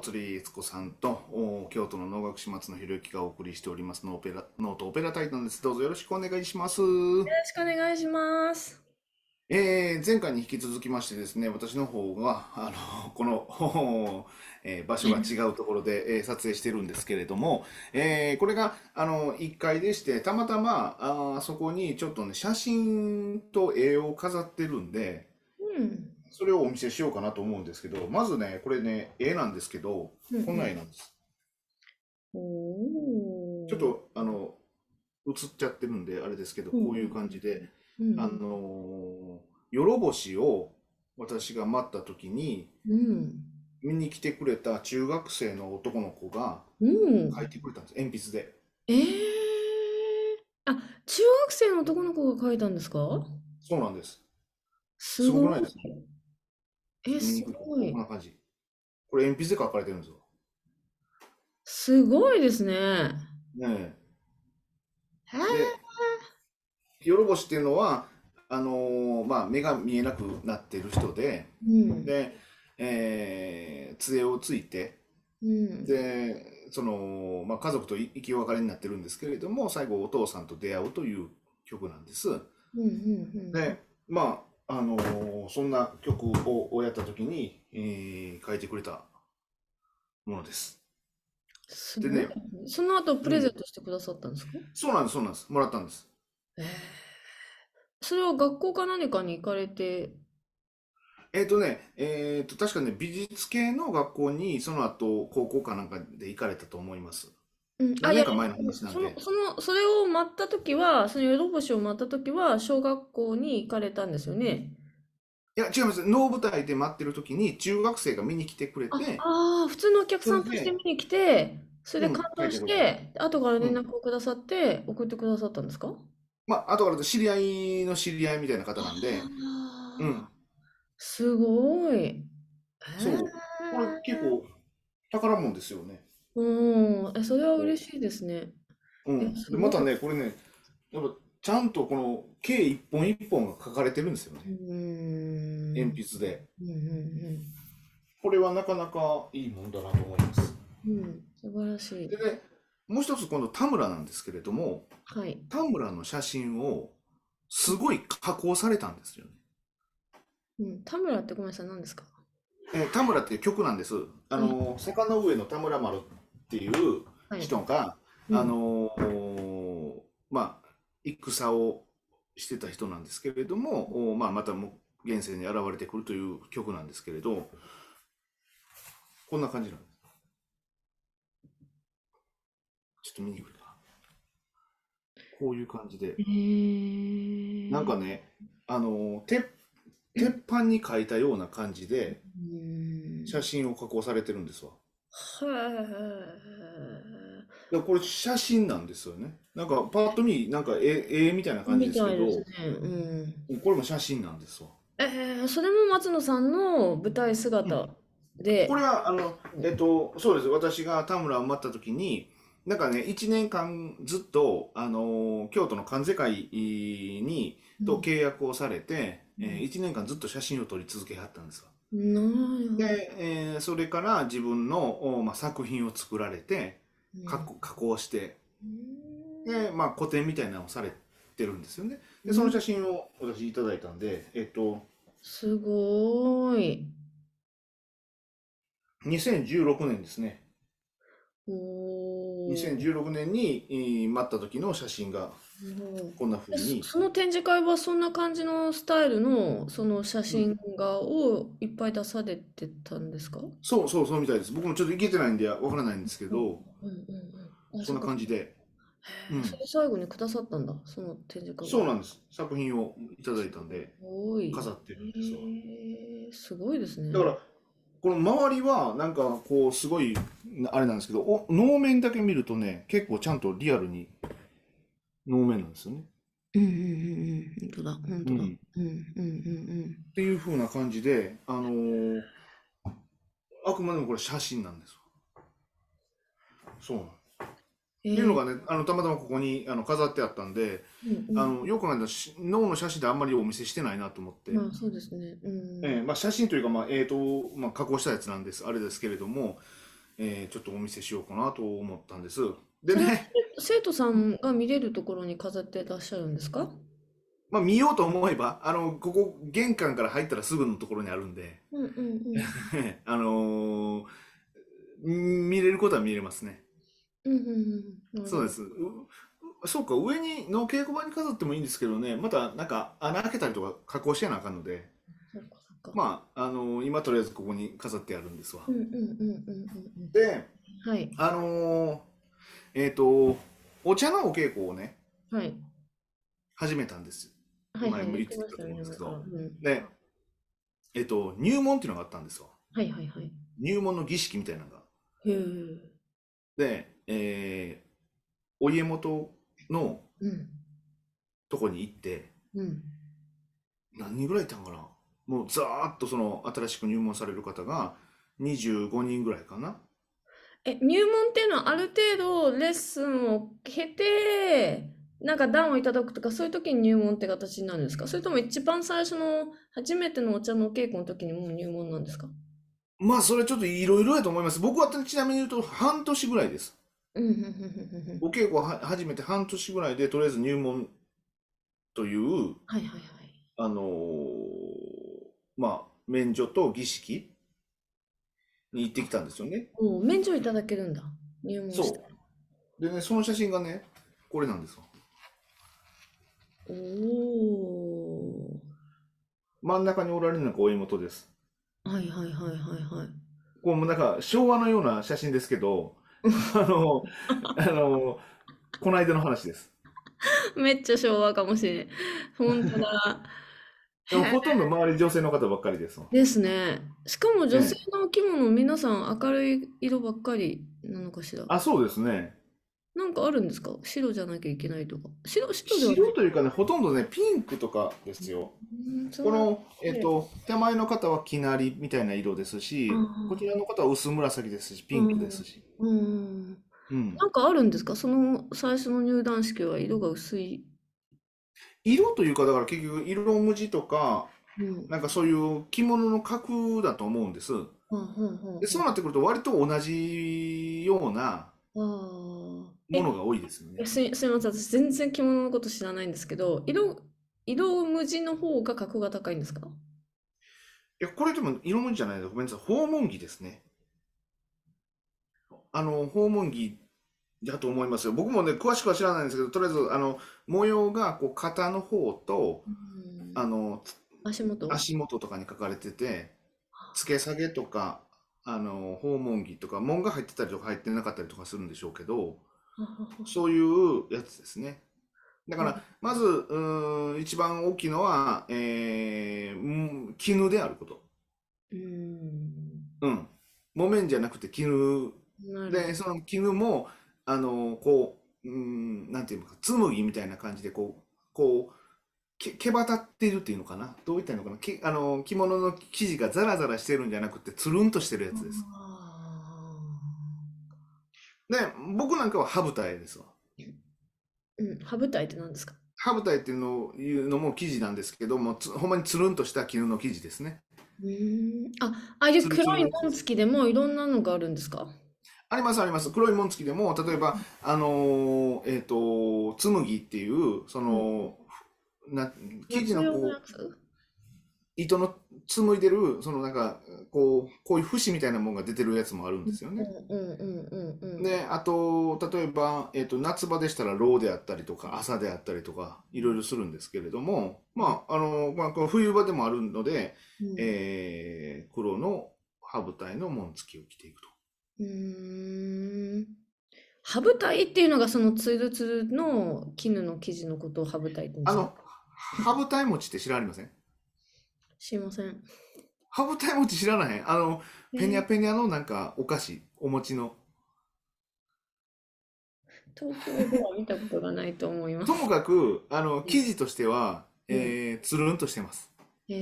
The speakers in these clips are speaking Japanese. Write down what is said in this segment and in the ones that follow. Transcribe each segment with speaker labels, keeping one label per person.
Speaker 1: 祭り悦子さんとお京都の能楽始末のひろゆきがお送りしておりますノーペラノートオペラタイタンですどうぞよろしくお願いします
Speaker 2: よろしくお願いします。
Speaker 1: えー前回に引き続きましてですね私の方があのこの、 ほほえー場所が違うところで、えー撮影してるんですけれども、えーこれがあの1階でしてたまたまあーそこにちょっとね写真と絵を飾ってるんで
Speaker 2: うん。
Speaker 1: それをお見せしようかなと思うんですけどまずねこれね絵なんですけどこんなん絵なんです
Speaker 2: おー
Speaker 1: ちょっ、とあの映っちゃってるんであれですけど、
Speaker 2: うん
Speaker 1: こういう感じで、
Speaker 2: うん
Speaker 1: あ、のー夜星を私が待った時に
Speaker 2: うん。
Speaker 1: 見に来てくれた中学生の男の子が
Speaker 2: うん。
Speaker 1: 書いてくれたんです鉛筆で
Speaker 2: えー。あ、中学生の男の子が書いたんですか
Speaker 1: そうなんです
Speaker 2: す
Speaker 1: す
Speaker 2: ご
Speaker 1: ごくない
Speaker 2: い。
Speaker 1: ですか
Speaker 2: え、
Speaker 1: 見に
Speaker 2: す
Speaker 1: 来る
Speaker 2: ごい
Speaker 1: こん。な感じこれ鉛筆で書かれてるんですよ
Speaker 2: すごいですね。
Speaker 1: ね
Speaker 2: え
Speaker 1: えで夜星っていうのはあのーまあ、目が見えなくなってる人で、
Speaker 2: うん。
Speaker 1: で、えー杖をついて
Speaker 2: うん。
Speaker 1: でその、まあ、家族とい生き別れになってるんですけれども最後お父さんと出会うという曲なんです。
Speaker 2: うん。うん。
Speaker 1: でまああのーそんな曲ををやった時に、えー書いてくれたものです。
Speaker 2: すごい
Speaker 1: でね
Speaker 2: その後プレゼントしてくださったんですか
Speaker 1: そうなんですそうなんですもらったんです。
Speaker 2: えー。それは学校か何かに行かれて、
Speaker 1: えっ、とねえっ、と確かね美術系の学校にその後高校かなんかで行かれたと思います。
Speaker 2: うん、あ、
Speaker 1: 何年
Speaker 2: いや、
Speaker 1: か前の話なん
Speaker 2: その、
Speaker 1: で
Speaker 2: その、それを待った時は、その夜通しを待った時は、小学校に行かれたんですよね。
Speaker 1: いや違います能舞台で待ってる時に中学生が見に来てくれ
Speaker 2: あ、
Speaker 1: て
Speaker 2: ああ、普通のお客さんとして見に来て、それで
Speaker 1: うん
Speaker 2: 感動し
Speaker 1: 書いて
Speaker 2: て、後から連絡をくださって、送ってくださったんですか
Speaker 1: まああとは知り合いの知り合いみたいな方なんで。
Speaker 2: あ
Speaker 1: う
Speaker 2: ー
Speaker 1: ん
Speaker 2: すごい。
Speaker 1: そう
Speaker 2: へー
Speaker 1: これ結構宝物ですよね。
Speaker 2: うん、え、それは嬉しいですね。
Speaker 1: うん。
Speaker 2: え
Speaker 1: です
Speaker 2: ごい
Speaker 1: またね、これね、やっぱちゃんとこの計一本一本が書かれてるんですよ
Speaker 2: う
Speaker 1: ね。
Speaker 2: ん、
Speaker 1: 鉛筆で。
Speaker 2: うん、うん、
Speaker 1: これはなかなかいいもんだなと思います。
Speaker 2: うん、うん、素晴らしい
Speaker 1: で。ね、もう一つ今度田村なんですけれども、
Speaker 2: はい。
Speaker 1: 田村の写真をすごい加工されたんですよね。
Speaker 2: うん、田村ってごめんなさい、何ですか
Speaker 1: えー田村っていう曲なんです。あの、坂の上の田村丸っていう
Speaker 2: はい。
Speaker 1: 人が、
Speaker 2: うん
Speaker 1: あのーまあ戦をしてた人なんですけれども、おまあ、またも現世に現れてくるという曲なんですけれどこんな感じなんですちょっと見にくいかなこういう感じで
Speaker 2: へー
Speaker 1: なんかねあのーて鉄板に描いたような感じで
Speaker 2: うん
Speaker 1: 写真を加工されてるんですわ
Speaker 2: へ
Speaker 1: だからこれ写真なんですよねなんかパッと見なんか絵絵みたいな
Speaker 2: ー
Speaker 1: 感じですけど
Speaker 2: みたいですね。うん。
Speaker 1: これも写真なんですわ。
Speaker 2: えー、それも松野さんの舞台姿で
Speaker 1: こ、れは、あの、えっと、そうです。私が田村を待った時に、なんかね、1年間ずっと、あのー京都の関西会に、と契約をされて、
Speaker 2: うん
Speaker 1: え1年間ずっと写真を撮り続けはったんですわ。
Speaker 2: うんなる
Speaker 1: で、えーそれから自分の、おまあ、作品を作られて、
Speaker 2: ほど
Speaker 1: 加工加工して、
Speaker 2: うん
Speaker 1: で、まあ、個展みたいなのをされてるんですよね。で、その写真を私いただいたんで、えっと、
Speaker 2: すごーい。
Speaker 1: 2016年ですね。
Speaker 2: おー
Speaker 1: 2016年にえー待った時の写真が
Speaker 2: すごい
Speaker 1: こんな風
Speaker 2: え
Speaker 1: に
Speaker 2: そその展示会はそんな感じのスタイルのその写真画をいっぱい出されてたんですか
Speaker 1: そうそうそうみたいです僕もちょっといけてないんでわからないんですけど
Speaker 2: うんうんうん。あ、
Speaker 1: そんな
Speaker 2: っか
Speaker 1: 感じで
Speaker 2: へー
Speaker 1: うん
Speaker 2: それ最後にくださったんだ、その展示会
Speaker 1: そうなんんです作品をいただいたんです
Speaker 2: ごい。
Speaker 1: 飾ってるんですわ
Speaker 2: へーすごいですね。
Speaker 1: だからこの周りはなんかこうすごいあれなんですけどお能面だけ見るとね結構ちゃんとリアルに能面なんですよね、
Speaker 2: うんうんうんうん、本当だ、本当
Speaker 1: う
Speaker 2: だ。
Speaker 1: ん
Speaker 2: うんうんうん
Speaker 1: っていう風な感じであのーあくまでもこれ写真なんですわそうなんです
Speaker 2: うん。
Speaker 1: っていうの
Speaker 2: え
Speaker 1: がね、あのたまたまここにあの飾ってあったんで、
Speaker 2: ーうん
Speaker 1: あのよく考えたらし脳の写真であんまりお見せしてないなと思って、
Speaker 2: うん、まあそうですね。うん。
Speaker 1: ええまあ、写真というか、まあえーとまあ、加工したやつなんですあれですけれども、えーちょっとお見せしようかなと思ったんです。で
Speaker 2: それは
Speaker 1: ね、
Speaker 2: 生徒さんが見れるところに飾ってらっしゃるんですか
Speaker 1: まあ見ようと思えば、あの、ここ玄関から入ったらすぐのところにあるんで、
Speaker 2: うんうんうん。
Speaker 1: あのー見れることは見れますね。
Speaker 2: うんうんうん。なるほ
Speaker 1: そう
Speaker 2: ど
Speaker 1: です。うそうか、上にの稽古場に飾ってもいいんですけどね、またなんか穴開けたりとか加工してなあかんので、
Speaker 2: そっかそっか。
Speaker 1: まあ、あのー今とりあえずここに飾ってあるんですわ
Speaker 2: うん。うんうんうんうんうん。
Speaker 1: で、
Speaker 2: はい
Speaker 1: あのーえっと、お茶のお稽古をね、
Speaker 2: はい。
Speaker 1: 始めたんです。
Speaker 2: はいは
Speaker 1: 前
Speaker 2: い。
Speaker 1: も
Speaker 2: 言
Speaker 1: 言
Speaker 2: っ
Speaker 1: ってて
Speaker 2: ま
Speaker 1: た
Speaker 2: し
Speaker 1: と
Speaker 2: た
Speaker 1: 思うん
Speaker 2: ね。
Speaker 1: ですけど
Speaker 2: うん
Speaker 1: で、えっと、入門っていうのがあったんですよ。
Speaker 2: はいはいはい。
Speaker 1: 入門の儀式みたいなのが。
Speaker 2: へえ。
Speaker 1: で、えーお家元の
Speaker 2: うん。
Speaker 1: とこに行って、
Speaker 2: うん。
Speaker 1: 何人ぐらいいたんかなもうざーっとその新しく入門される方が25人ぐらいかな
Speaker 2: え、入門っていうのはある程度レッスンを経て、なんか段をいただくとか、そういう時に入門って形になるんですかそれとも一番最初の初めてのお茶のお稽古の時にもう入門なんですか
Speaker 1: まあそれちょっといろいろやと思います僕はちなみに言うと半年ぐらいです
Speaker 2: うんうんうんうんうんうん。
Speaker 1: お稽古は始めて半年ぐらいでとりあえず入門という
Speaker 2: はいはいはい。
Speaker 1: あのーまあ免除と儀式に行ってきたんですよね
Speaker 2: おう免除いただけるんだ。入門
Speaker 1: そ
Speaker 2: し
Speaker 1: う
Speaker 2: たら。
Speaker 1: でねその写真がねこれなんですよ
Speaker 2: おお。
Speaker 1: 真ん中におられるのがお家元です
Speaker 2: はいはいはいはいはい。
Speaker 1: こうもうなんか昭和のような写真ですけど、あの、あの、この間の話です。
Speaker 2: めっちゃ昭和かもしれん。本当だ。
Speaker 1: でも
Speaker 2: へえ
Speaker 1: ほとんど周り女性の方ばっかりですわ。
Speaker 2: ですね。しかも女性のお着物、皆さん明るい色ばっかりなのかしら。
Speaker 1: あ、そうですね。
Speaker 2: なんかあるんですか白じゃなきゃいけないとか。白、白ではない
Speaker 1: 白というかね、ほとんどね、ピンクとかですよ。
Speaker 2: うんそう
Speaker 1: この、えっと、手前の方はきなりみたいな色ですし
Speaker 2: うん、
Speaker 1: こちらの方は薄紫ですし、ピンクですし。
Speaker 2: うん。
Speaker 1: うん。
Speaker 2: なんかあるんですかその最初の入団式は色が薄い。
Speaker 1: 色というか、だから結局、色無地とか、
Speaker 2: うん。
Speaker 1: なんかそういう着物の格だと思うんです。
Speaker 2: はあは
Speaker 1: で、そうなってくると、割と同じような、
Speaker 2: あはあ。
Speaker 1: ものが多いですよ
Speaker 2: え、
Speaker 1: ね。
Speaker 2: すい、すいません。私全然着物のこと知らないんですけど、色、色無地の方が格が高いんですか
Speaker 1: いや、これでも色物じゃないの、ごめんなさい、訪問着ですね。あの、訪問着だと思いますよ。僕もね、詳しくは知らないんですけど、とりあえず、あの、模様が、こう、肩の方と、
Speaker 2: うん
Speaker 1: あの、
Speaker 2: 足元
Speaker 1: 足元とかに書かれてて、付け下げとか、あの、訪問着とか、紋が入ってたりとか入ってなかったりとかするんでしょうけど、
Speaker 2: はあはあはあ
Speaker 1: そういうやつですね。だから、まず、うーん、一番大きいのは、えーうん絹であること。
Speaker 2: うん。
Speaker 1: うん。木綿じゃなくて絹
Speaker 2: なる
Speaker 1: で、その絹も、あの、こう、うん、なんていうのか、紡ぎみたいな感じで、こう、こう、け、毛羽立ってるっていうのかな。どういったらいいのかな。け、あの、着物の生地がザラザラしてるんじゃなくて、つるんとしてるやつです。
Speaker 2: あ
Speaker 1: で、僕なんかは羽二重ですわ。
Speaker 2: ーうん、歯舞台って何ですか
Speaker 1: 羽二重っていうのを、いうのも生地なんですけども、つほんまにつるんとした絹の生地ですね。
Speaker 2: うーん。あ、ああいう黒い紋付きでもいろんなのがあるんですか
Speaker 1: ありますあります。黒い紋付きでも、例えば、あのーえっと、紬ぎっていう、その、な、生地のこ
Speaker 2: 夏用
Speaker 1: う
Speaker 2: や、つ
Speaker 1: 糸の紡いでる、そのなんか、こう、こういう節みたいなもんが出てるやつもあるんですよ
Speaker 2: うん
Speaker 1: ね。
Speaker 2: うんうんうんうん。
Speaker 1: で、あと、例えば、えっと、夏場でしたら、ろうであったりとか、麻であったりとか、いろいろするんですけれども、まあ、あの、まあ、この冬場でもあるので、
Speaker 2: うん
Speaker 1: えー黒の羽舞台の紋付きを着ていくと。
Speaker 2: うーん。羽舞台っていうのがそのツルツルの絹の生地のことを羽舞台って言うんで
Speaker 1: あ
Speaker 2: す
Speaker 1: の
Speaker 2: か、
Speaker 1: 羽舞台餅って知らありません
Speaker 2: すいません。
Speaker 1: 羽舞台餅知らないあの、ペニャペニャのなんかお菓子、お餅の。
Speaker 2: 東京では見たことがないと思います。
Speaker 1: ともかく、あの、生地としては、
Speaker 2: うん
Speaker 1: えー、つるんとしてます。
Speaker 2: へ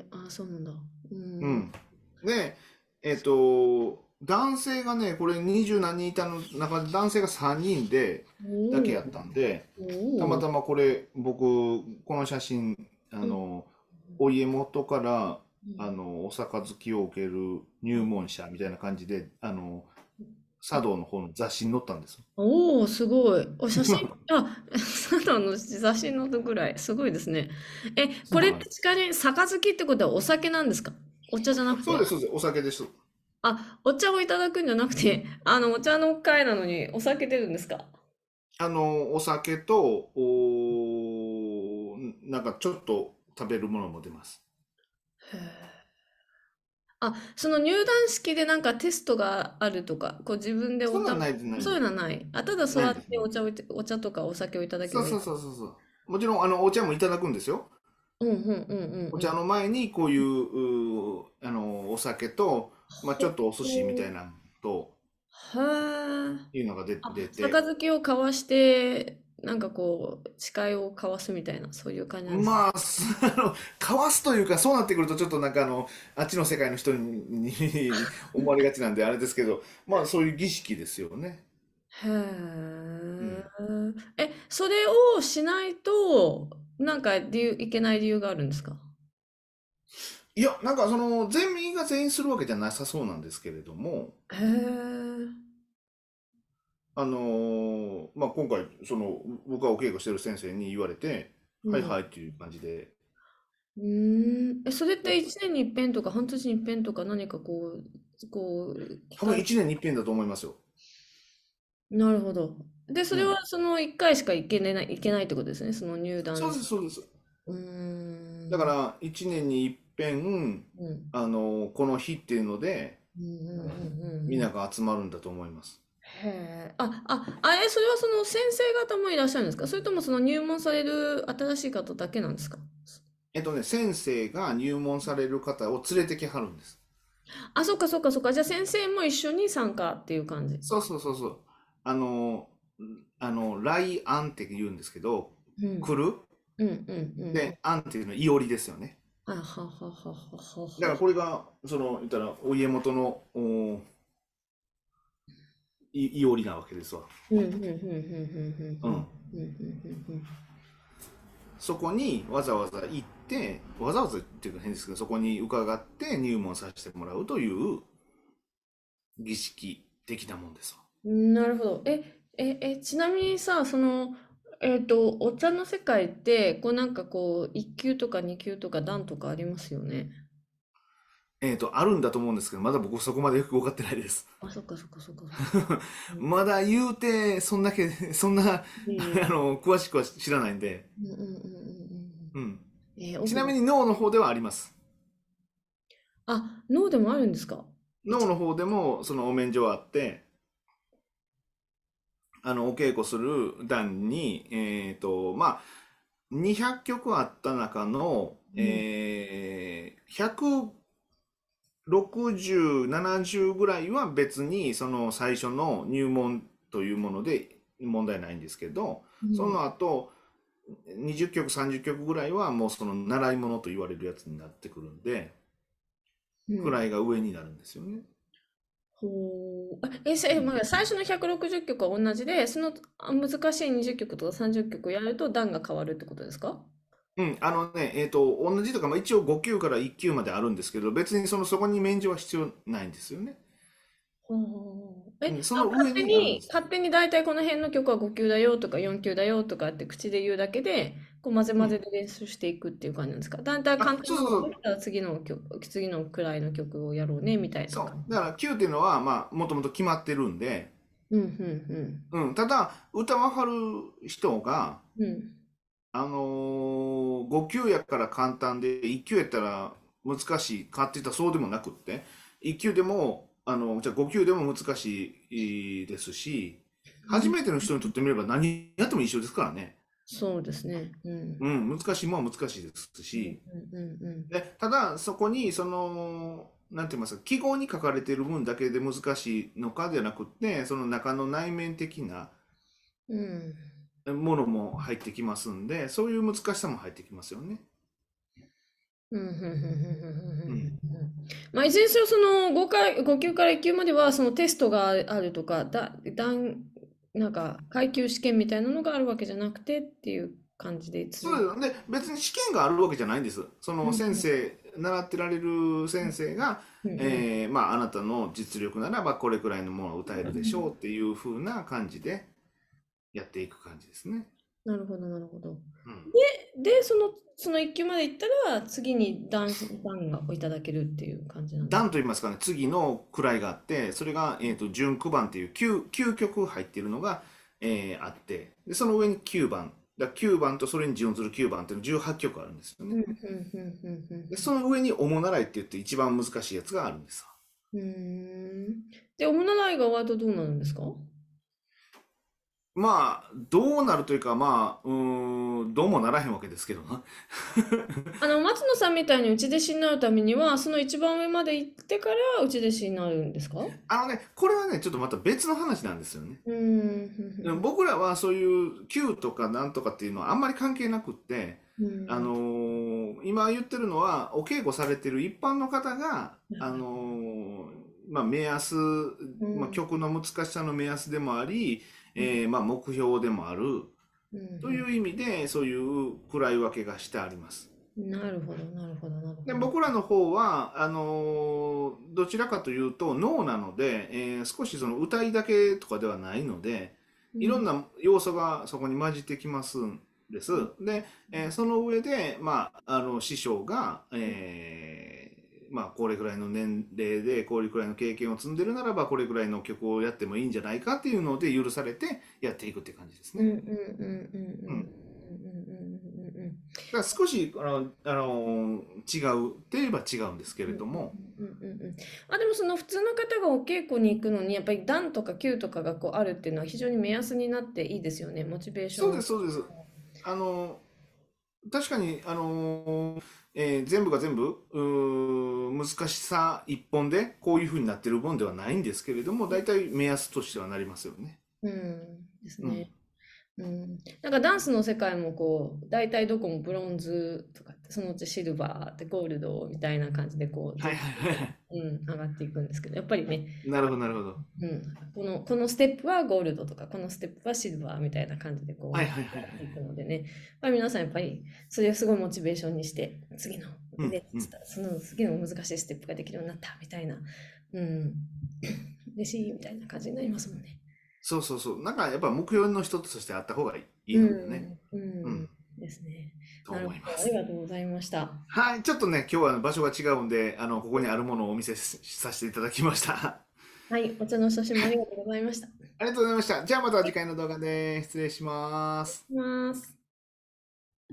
Speaker 2: えあ、そうなんだ。うん。
Speaker 1: うん。で、えっと、男性がね、これ二十何人いたの中で男性が3人で、
Speaker 2: お
Speaker 1: だけやったんで、
Speaker 2: お
Speaker 1: たまた
Speaker 2: ま。
Speaker 1: まこれ、僕、この写真、あの、お家元から、あの、お杯を受ける入門者みたいな感じで、あの、茶道の方の雑誌に載ったんですよ。
Speaker 2: おお、すごい。お 写真、あ、 そうなの、写真のとぐらい。すごいですね。え、これってちなみに、杯ってことはお酒なんですかお茶じゃなく
Speaker 1: そう
Speaker 2: て。
Speaker 1: です、そうです。お酒です。
Speaker 2: あ、お茶をいただくんじゃなくて、 あの、お茶の会なのにお酒出るんですか
Speaker 1: あの、お酒と、おー、なんかちょっと食べるものも出ます。
Speaker 2: へーあ、その入団式でなんかテストがあるとか、こう自分で
Speaker 1: そ
Speaker 2: お
Speaker 1: んな
Speaker 2: た、
Speaker 1: んないです、ない
Speaker 2: そういうのはない。あ、ただそう
Speaker 1: な
Speaker 2: や
Speaker 1: い
Speaker 2: っ
Speaker 1: です
Speaker 2: て
Speaker 1: ね
Speaker 2: お茶をいた、お茶とかお酒をいただけ
Speaker 1: そう
Speaker 2: ばいい。
Speaker 1: そうそうそうそう。もちろん、あの、お茶もいただくんですよ。
Speaker 2: うんうんうんうん
Speaker 1: お
Speaker 2: う
Speaker 1: 茶
Speaker 2: ん。
Speaker 1: の前に、こういう、うーあの、お酒と、まあ、ちょっとお寿司みたいなのと、
Speaker 2: へー
Speaker 1: いうのが出、
Speaker 2: あ、
Speaker 1: 出て、
Speaker 2: 杯を交わして、なんかこう、誓いを交わすみたいな、そういう感じなんですか。
Speaker 1: まあ、すあの、かわすというか、そうなってくると、ちょっとなんかあの、あっちの世界の人に思われがちなんで、あれですけど、まあ、そういう儀式ですよね。
Speaker 2: へ
Speaker 1: うん。
Speaker 2: ーえ、それをしないと、なんか理由、いけない理由があるんですか
Speaker 1: いや、なんかその、全員が全員するわけじゃなさそうなんですけれども、
Speaker 2: へー
Speaker 1: あのーまあ、今回、その、僕がお稽古してる先生に言われて、
Speaker 2: う
Speaker 1: はい
Speaker 2: ん。
Speaker 1: はいっていう感じで、
Speaker 2: うーん、え、それっ
Speaker 1: や
Speaker 2: て1年に一遍とか半年に一遍とか何かこう、こう、機
Speaker 1: 多分
Speaker 2: 会、
Speaker 1: 1年に一遍だと思いますよ。
Speaker 2: なるほど。で、そうれ
Speaker 1: ん。
Speaker 2: はその1回しか行けない、行けないってことですね、その入
Speaker 1: そう
Speaker 2: 団
Speaker 1: です、
Speaker 2: 式。
Speaker 1: そうです。
Speaker 2: うー
Speaker 1: だか
Speaker 2: ん、
Speaker 1: ら、1年に一遍、
Speaker 2: うん、
Speaker 1: あのーこの日っていうので、
Speaker 2: うん、うん、うん、うん
Speaker 1: みん
Speaker 2: う。
Speaker 1: なんが集まるんだと思います。
Speaker 2: へえ、あ、あ、あ、え、それはその先生方もいらっしゃるんですかそれともその入門される新しい方だけなんですか
Speaker 1: えっとね、先生が入門される方を連れてきはるんです。
Speaker 2: あ、そっかそっかそっか。じゃあ先生も一緒に参加っていう感じ。
Speaker 1: そうそうそうそう。あの、あの、来案って言うんですけど、
Speaker 2: うん、
Speaker 1: 来る
Speaker 2: うん、うん、うん。
Speaker 1: で、案っていうのは、いおりですよね。
Speaker 2: あ、ははははは
Speaker 1: だか
Speaker 2: は
Speaker 1: らこれが、その、言ったら、お家元の、お、い、いおりなわけですわ。
Speaker 2: うんうんうんうんうん
Speaker 1: うん。
Speaker 2: うんうんうんうん
Speaker 1: そこにわざわざ行って、わざわざっていうか変ですけど、そこに伺って入門させてもらうという儀式的なもんですわ。
Speaker 2: うんなるほど。え、え、え、ちなみにさ、その、えっと、お茶の世界って、こうなんかこう、1級とか2級とか段とかありますよね。
Speaker 1: えっと、あるんだと思うんですけど、まだ僕そこまでよく分かってないです。
Speaker 2: あ、そっかそっか そっかそっか。うん、
Speaker 1: まだ言うて、そんだけ、そんな、
Speaker 2: いい
Speaker 1: あ
Speaker 2: よ。
Speaker 1: の、詳しくは知らないんで、
Speaker 2: うんうんうんうん
Speaker 1: うん。
Speaker 2: うん。えー、
Speaker 1: ちなみ
Speaker 2: 奥。
Speaker 1: に脳の方ではあります。
Speaker 2: あ、脳でもあるんですかお
Speaker 1: 脳
Speaker 2: 茶。
Speaker 1: の方でも、そのお免状はあって、あの、お稽古する段に、えっと、まあ、200曲あった中の、
Speaker 2: うん。
Speaker 1: えー、160、70ぐらいは別に、その最初の入門というもので問題ないんですけど、
Speaker 2: う
Speaker 1: そ
Speaker 2: ん。
Speaker 1: の後、20曲、30曲ぐらいはもうその習い物と言われるやつになってくるんで、
Speaker 2: うん。
Speaker 1: 位が上になるんですよね。
Speaker 2: ほう。あえ、せ
Speaker 1: う
Speaker 2: えま
Speaker 1: ん。
Speaker 2: あ最初の160曲は同じで、そのあ難しい20曲とか30曲やると段が変わるってことですか
Speaker 1: うん、あのね、えっと、同じとか、まあ、一応5級から1級まであるんですけど、別にその、そこに免除は必要ないんですよね。
Speaker 2: ほう。え、
Speaker 1: うん、そ
Speaker 2: あ、
Speaker 1: の
Speaker 2: 勝
Speaker 1: 上
Speaker 2: 手
Speaker 1: にあるんで
Speaker 2: に、
Speaker 1: すよ。
Speaker 2: 勝手に大体この辺の曲は5級だよとか4級だよとかって口で言うだけで、こう混ぜ
Speaker 1: う
Speaker 2: 混ぜ
Speaker 1: ん。
Speaker 2: で練習していくっていう感じなんですかだいたい
Speaker 1: あ、
Speaker 2: 簡単
Speaker 1: そう
Speaker 2: な
Speaker 1: そう
Speaker 2: の
Speaker 1: そ
Speaker 2: 覚
Speaker 1: う。
Speaker 2: えたら次の曲、次の位の曲をやろうねみたいな
Speaker 1: そ
Speaker 2: 感
Speaker 1: う。だから級っていうのは、まあ、もともと決まってるんで、
Speaker 2: じ。うん、う
Speaker 1: うん、ただ、歌わはる人が、
Speaker 2: ん、うん。
Speaker 1: あのー、5級やから簡単で、1級やったら難しいかって言ったらそうでもなくって、1級でも、あの、じゃあ5級でも難しいですし、
Speaker 2: うん。う
Speaker 1: 初
Speaker 2: ん
Speaker 1: めての人にとってみれば何やっても一緒ですからね。
Speaker 2: そうですね。うん。
Speaker 1: うん、難しいもんは難しいです
Speaker 2: うん
Speaker 1: し、
Speaker 2: うんうんうん
Speaker 1: で、ただそこに、その、なんて言いますか、記号に書かれている分だけで難しいのかではなくって、その中の内面的な
Speaker 2: うん
Speaker 1: ものも入ってきますんで、そういう難しさも入ってきますよね。
Speaker 2: うんうんうんうんう
Speaker 1: う
Speaker 2: んうん
Speaker 1: ん。
Speaker 2: うんまあ、いずれにせよ、その5回、5級から1級までは、そのテストがあるとか、だ、段、なんか、階級試験みたいなのがあるわけじゃなくてっていう。感じで続
Speaker 1: そうですよで別に試験があるわけじゃないんです。そ
Speaker 2: うんう
Speaker 1: の
Speaker 2: ん
Speaker 1: 先生、習ってられる先生が、
Speaker 2: うんうん
Speaker 1: えーまあ、あなたの実力ならばこれくらいのものを歌えるでしょうっていう風な感じでやっていく感じですね。
Speaker 2: なるほどなるほど。
Speaker 1: うん、
Speaker 2: でそのその1級まで行ったら次に段段がいただけるっていう感じなんです
Speaker 1: 段と言いますかね、次の位があって、それが、えー、と準9番っていう 9, 9曲入ってるのが、えーあってで、その上に9番、だから9番とそれに準ずる9番っていうの18曲あるんですよ
Speaker 2: う
Speaker 1: ね。
Speaker 2: んうんうんうんうん
Speaker 1: で、その上におもならいって言って一番難しいやつがあるんですよ。
Speaker 2: うーん。で、オムナライが終わるとどうなるんですか
Speaker 1: まあ、どうなるというか、まあ、うーん、どうもならへんわけですけどな。
Speaker 2: あの、松野さんみたいに内弟子になるためには、その一番上まで行ってから内弟子になるんですかう
Speaker 1: あのね、これはね、ちょっとまた別の話なんですよね。
Speaker 2: ーん。
Speaker 1: でも僕らはそういう旧とかなんとかっていうのはあんまり関係なくって、
Speaker 2: うん
Speaker 1: あのー今言ってるのは、お稽古されてる一般の方が、あのーまあ、目安、まあ、
Speaker 2: うん
Speaker 1: 曲の難しさの目安でもあり、えーまあ、目標でもある、
Speaker 2: うん
Speaker 1: という意味で、そういう位分けがしてあります。
Speaker 2: なるほど、なるほど、なるほ
Speaker 1: で
Speaker 2: ど。
Speaker 1: 僕らの方はあのーどちらかというと脳なので、えー少しその歌いだけとかではないのでいろん
Speaker 2: な、
Speaker 1: な要素がそこに混じってきますんです。で、えーその上で、まあ、あの師匠が、えーまあ、これくらいの年齢でこれくらいの経験を積んでるならばこれくらいの曲をやってもいいんじゃないかっていうので許されてやっていくって感じです
Speaker 2: うん
Speaker 1: ね。
Speaker 2: うんうんうんうんうんうんうんうんうん
Speaker 1: だから少しあの、あのー違うといえば違うんですけれども。
Speaker 2: うんうんうんあ、でもその普通の方がお稽古に行くのに、やっぱり段とか級とかがこうあるっていうのは非常に目安になっていいですよね、モチベーション
Speaker 1: そうです、そうです。あの、確かに、あの、えー全部が全部、うー難しさ一本で、こういうふうになってる分ではないんですけれども、大体目安としてはなりますよね。
Speaker 2: うんです
Speaker 1: うん
Speaker 2: ね。うん、なんかダンスの世界もこう大体どこもブロンズとかってそのうちシルバーってゴールドみたいな感じでこう、
Speaker 1: はいはい。
Speaker 2: うん、上がっていくんですけどやっぱりね、
Speaker 1: なるほど、なるほど。
Speaker 2: うん、この、このステップはゴールドとかこのステップはシルバーみたいな感じでこう
Speaker 1: はいはいはいはい
Speaker 2: 上がっていくのでねやっぱり皆さんやっぱりそれをすごいモチベーションにして次の、
Speaker 1: うん
Speaker 2: で
Speaker 1: うん
Speaker 2: その次の難しいステップができるようになったみたいな、 うん、嬉しいみたいな感じになりますもんね。
Speaker 1: そうそうそう。なんか、やっぱ目標の一つとしてあった方がいいいいのでね、
Speaker 2: うん、うん
Speaker 1: うん
Speaker 2: ですね。
Speaker 1: と
Speaker 2: なるほ
Speaker 1: 思い
Speaker 2: ど
Speaker 1: ま
Speaker 2: あり
Speaker 1: す。
Speaker 2: がとうございました。
Speaker 1: はい、ちょっとね、今日はあの場所が違うんで、あの、ここにあるものをお見せしさせていただきました。
Speaker 2: はい、お茶の写真もありがとうございました。い
Speaker 1: ありがとうございました。じゃあまた次回の動画で失礼します。
Speaker 2: きます。